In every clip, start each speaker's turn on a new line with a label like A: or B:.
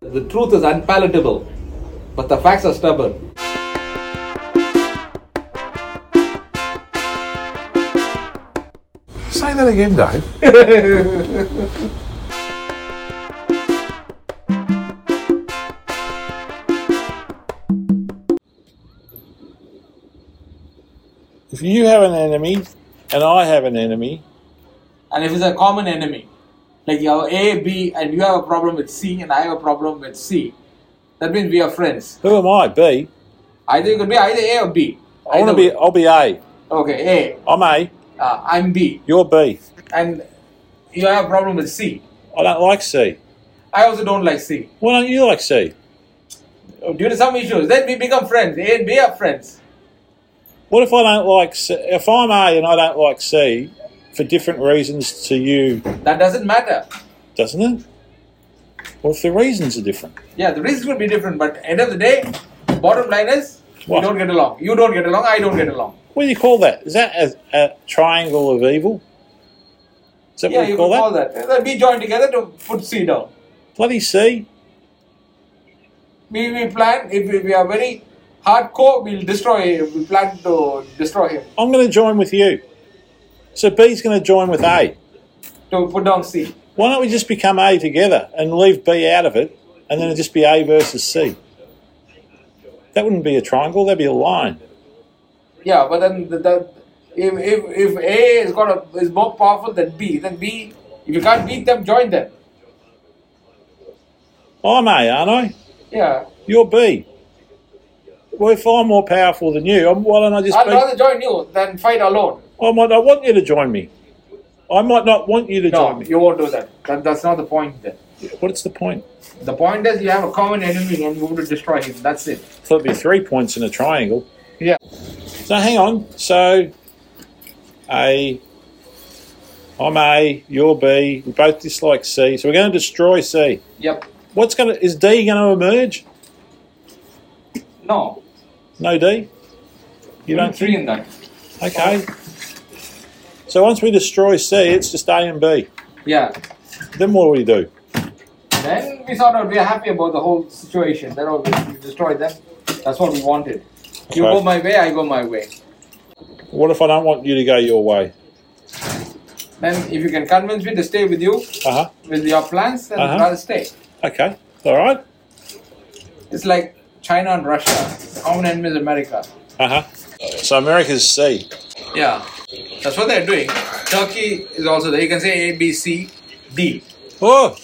A: The truth is unpalatable, but the facts are stubborn.
B: Say that again, Dave. if you have an enemy and I have an enemy,
A: And if it's a common enemy, like you have A, B, and you have a problem with C, and I have a problem with C, that means we are friends.
B: who am I? B.
A: Either you could be either A or B.
B: I want to
A: Either
B: be.
A: way.
B: I'll be A.
A: Okay, A.
B: I'm A.
A: Uh, I'm B.
B: You're B.
A: And you have a problem with C.
B: I don't like C.
A: I also don't like C.
B: Why don't you like C?
A: Due to some issues, then we become friends. A and B are friends.
B: What if I don't like C? If I'm A and I don't like C for different reasons to you,
A: That doesn't matter.
B: doesn't it? What if the reasons are different?
A: Yeah, the reasons could be different, but end of the day, bottom line is
B: What?
A: we don't get along. You don't get along. I don't get along.
B: What do you call that? Is that a, a triangle of evil? Is that
A: Yeah,
B: what
A: you
B: you
A: could
B: call that?
A: call that. Uh, We join together to put C down.
B: Bloody C.
A: We, we plan. If we, we are very hardcore, we'll destroy him. We plan to destroy him
B: I'm going to join with you. So B's going to join with A.
A: to put down C.
B: Why don't we just become A together and leave B out of it, and then it'd just be A versus C? That wouldn't be a triangle. That'd be a line.
A: Yeah, but then the, the if, if if A is got a, is more powerful than B, then B if you can't beat them, join them.
B: I'm A, aren't I?
A: Yeah,
B: You're B. Well, if I'm more powerful than you, I'm- why don't I just
A: I'd
B: be?
A: rather join you than fight alone.
B: I might not want you to join me. I might not want you to
A: No,
B: join me.
A: you won't do that. that. That's not the point. Then
B: What's the point?
A: the point is you have a common enemy and you want to destroy him. That's it.
B: So it'd be three points in a triangle.
A: Yeah.
B: So hang on. So A, I'm A, you're B. We both dislike C. So we're going to destroy C.
A: Yep.
B: What's going to is D going to emerge?
A: No.
B: No D. You don't
A: three in that.
B: Okay. So once we destroy C, it's just A and B.
A: Yeah.
B: Then what do we do?
A: Then we sort of we're happy about the whole situation. Then all we we destroy them. That's what we wanted. You
B: Okay.
A: go my way, I go my way.
B: What if I don't want you to go your way?
A: Then if you can convince me to stay with you
B: Uh huh.
A: with your plans, then
B: Uh-huh.
A: I'll stay.
B: Okay. All right.
A: It's like China and Russia. The common enemy is America.
B: Uh huh. So America's C.
A: Yeah. That's what they're doing. Turkey is also there. You can say A, B, C, D.
B: Oh,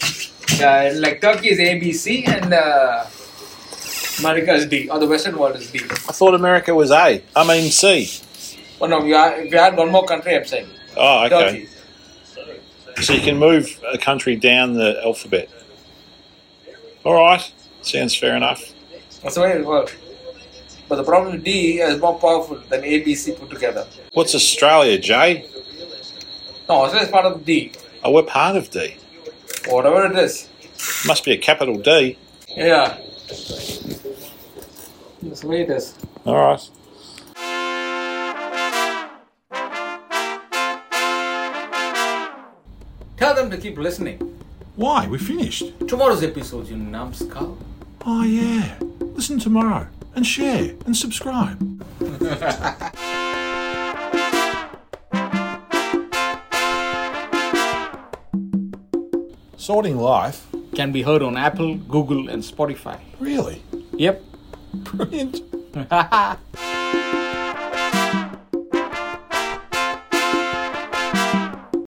A: Yeah, like Turkey is A, B, C, and uh, America is D, or the Western world is D.
B: I thought America was A. I mean C.
A: Well, Oh, no, we are, if you add one more country, I'm saying
B: Oh, okay.
A: Turkey.
B: So you can move a country down the alphabet. All right. Sounds fair enough.
A: That's the way it works. But the problem with D is more powerful than A, B, C put together.
B: What's Australia, J?
A: No, Australia is part of D,
B: Oh, we're part of D.
A: whatever it is.
B: Must be a capital D.
A: Yeah. That's the way it is.
B: All right.
A: Tell them to keep listening.
B: Why? We finished.
A: Tomorrow's episode, you numbskull.
B: Oh, yeah. Listen tomorrow and share and subscribe. Sorting life?
A: Can be heard on Apple, Google, and Spotify.
B: Really?
A: Yep.
B: Brilliant.